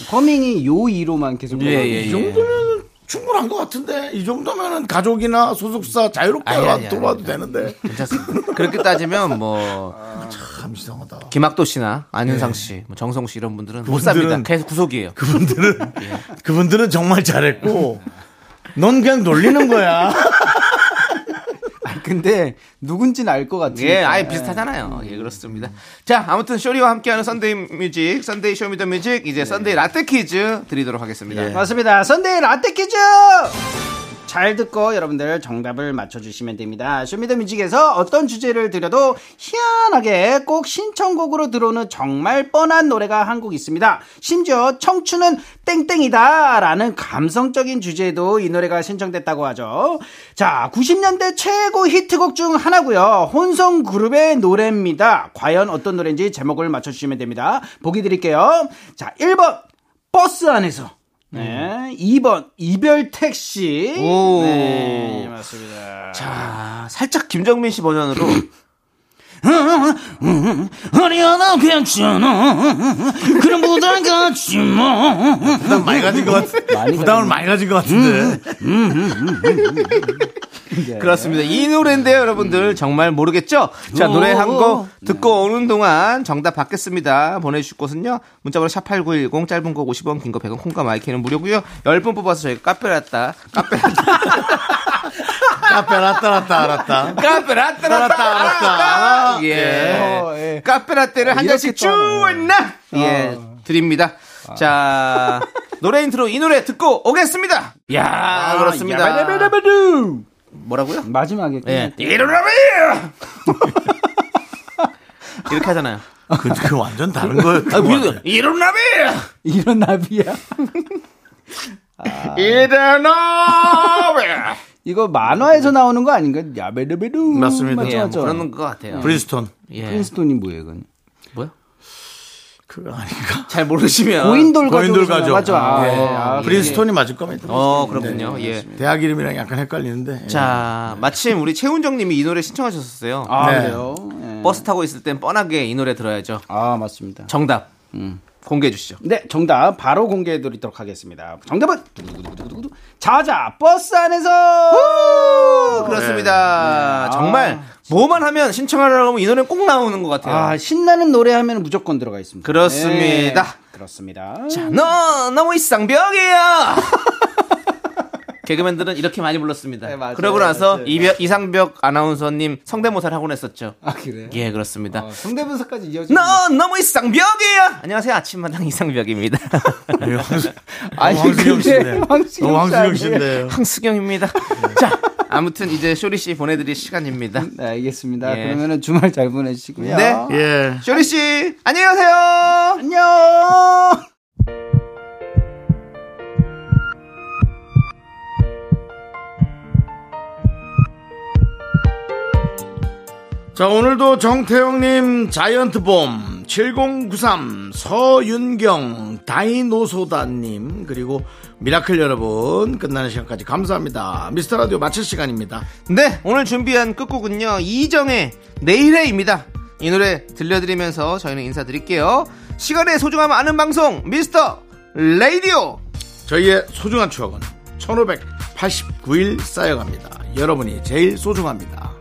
커밍이 요 이로만 계속. 예, 예, 어, 뭐, 이 예. 정도면 충분한 것 같은데 이 정도면은 가족이나 소속사 자유롭게 아니, 아니, 와- 아니, 들어와도 아니. 되는데 괜찮습니다. 그렇게 따지면 뭐 아, 참 이상하다. 김학도 김학도 씨나 안윤상 씨, 뭐 정성 씨 이런 분들은 못 삽니다. 그분들은- 계속 구속이에요. 그분들은 그분들은 정말 잘했고 넌 그냥 놀리는 거야. 아, 근데 누군지는 알 것 같아요. 예, 아예 비슷하잖아요. 예, 그렇습니다. 자, 아무튼 쇼리와 함께하는 썬데이 뮤직, 썬데이 쇼미더 뮤직, 네. 이제 썬데이 라떼 퀴즈 드리도록 예. 하겠습니다. 아, 맞습니다. 선데이 라떼 퀴즈! 잘 듣고 여러분들 정답을 맞춰주시면 됩니다. 쇼미더뮤직에서 어떤 주제를 드려도 희한하게 꼭 신청곡으로 들어오는 정말 뻔한 노래가 한 곡 있습니다. 심지어 청춘은 땡땡이다 라는 감성적인 주제에도 이 노래가 신청됐다고 하죠. 자, 90년대 최고 히트곡 중 하나고요. 혼성 그룹의 노래입니다. 과연 어떤 노래인지 제목을 맞춰주시면 됩니다. 보기 드릴게요. 자, 1번 버스 안에서. 네. 2번 이별 택시. 오. 네, 맞습니다. 아, 살짝 김정민 씨 버전으로 아니야 나 괜찮아. 그럼 뭐. 부담 갖지 마. 부담 많이 가진 것 같은데 부담을 많이 가진 것 같은데 그렇습니다. 이 노래인데요, 여러분들. 정말 모르겠죠? 자, 노래 한 곡 듣고 오는 동안 정답 받겠습니다. 보내주실 곳은요. 문자번호 샵8910, 짧은 거 50원, 긴 거 100원, 콩과 마이크는 무료고요 10분 뽑아서 저희가 카페라따, 카페라따, 카페 알았다 알았다 알았다. 카페라따, 알았다, 알았다. 어, 예. 예. 카페라떼를 한 이렇게 잔씩 또 하네. 주었나? 예, 드립니다. 자, 노래 인트로 이 노래 듣고 오겠습니다. 야 그렇습니다. 야바다바다바두. 뭐라고요? 마지막에 예. 끝날 때. 이러라며! 이렇게 하잖아요. 그, 그 완전 다른 거예요. 아, 그래도 이런 나비야! 이런 나비야. 이런 나비야! 이거 만화에서 나오는 거 아닌가? 야베르베르. 맞습니다. 음, 맞죠, 예, 뭐 맞죠. 그런 것 같아요. 브린스톤. 예. 프린스톤이 뭐예요, 그건? 뭐야? 그거 아닌가? 잘 모르시면 고인돌 가족. 고인돌 가족. 맞죠. 아, 예. 아, 브린스톤이 맞을 겁니다. 어 그렇군요. 네, 예. 대학 이름이랑 약간 헷갈리는데. 예. 자 마침 우리 최훈정님이 이 노래 신청하셨었어요. 아, 네. 그래요? 예. 버스 타고 있을 땐 뻔하게 이 노래 들어야죠. 아, 맞습니다. 정답 음. 공개해 주시죠. 네, 정답 바로 공개해 드리도록 하겠습니다. 정답은 두구두구두구두구두구. 자자 버스 안에서 네. 그렇습니다. 정말 아, 뭐만 하면 신청하려고 하면 이 노래 는꼭 나오는 것 같아요. 아, 신나는 노래 하면 무조건 들어가 있습니다. 그렇습니다. 네, 그렇습니다. 너 너무 이상벽이야. 개그맨들은 이렇게 많이 불렀습니다. 네, 맞아요. 그러고 나서 맞아요. 이벽, 이상벽 아나운서님 성대모사를 하곤 했었죠. 아, 그래요? 예, 그렇습니다. 어, 성대분석까지 이어지 너 너무 이상벽이야. 안녕하세요. 아침마당 이상벽입니다. 예, 황수- 아니, 너무 황수경 근데 씨인데. 황수경 너무 씨 황수경 아니에요? 씨인데요. 황수경입니다. 자, 아무튼 이제 쇼리 씨 보내드릴 시간입니다. 네, 알겠습니다. 예. 그러면은 주말 잘 보내시고요. 네. 예. 쇼리 씨, 안녕히 가세요. 안녕. 자, 오늘도 정태영님, 자이언트봄, 7093, 서윤경, 다이노소다님, 그리고 미라클 여러분, 끝나는 시간까지 감사합니다. 미스터 라디오 마칠 시간입니다. 네, 오늘 준비한 끝곡은요. 이정의 내일의입니다. 이 노래 들려드리면서 저희는 인사드릴게요. 시간의 소중함 아는 방송 미스터 레이디오. 저희의 소중한 추억은 1589일 쌓여갑니다. 여러분이 제일 소중합니다.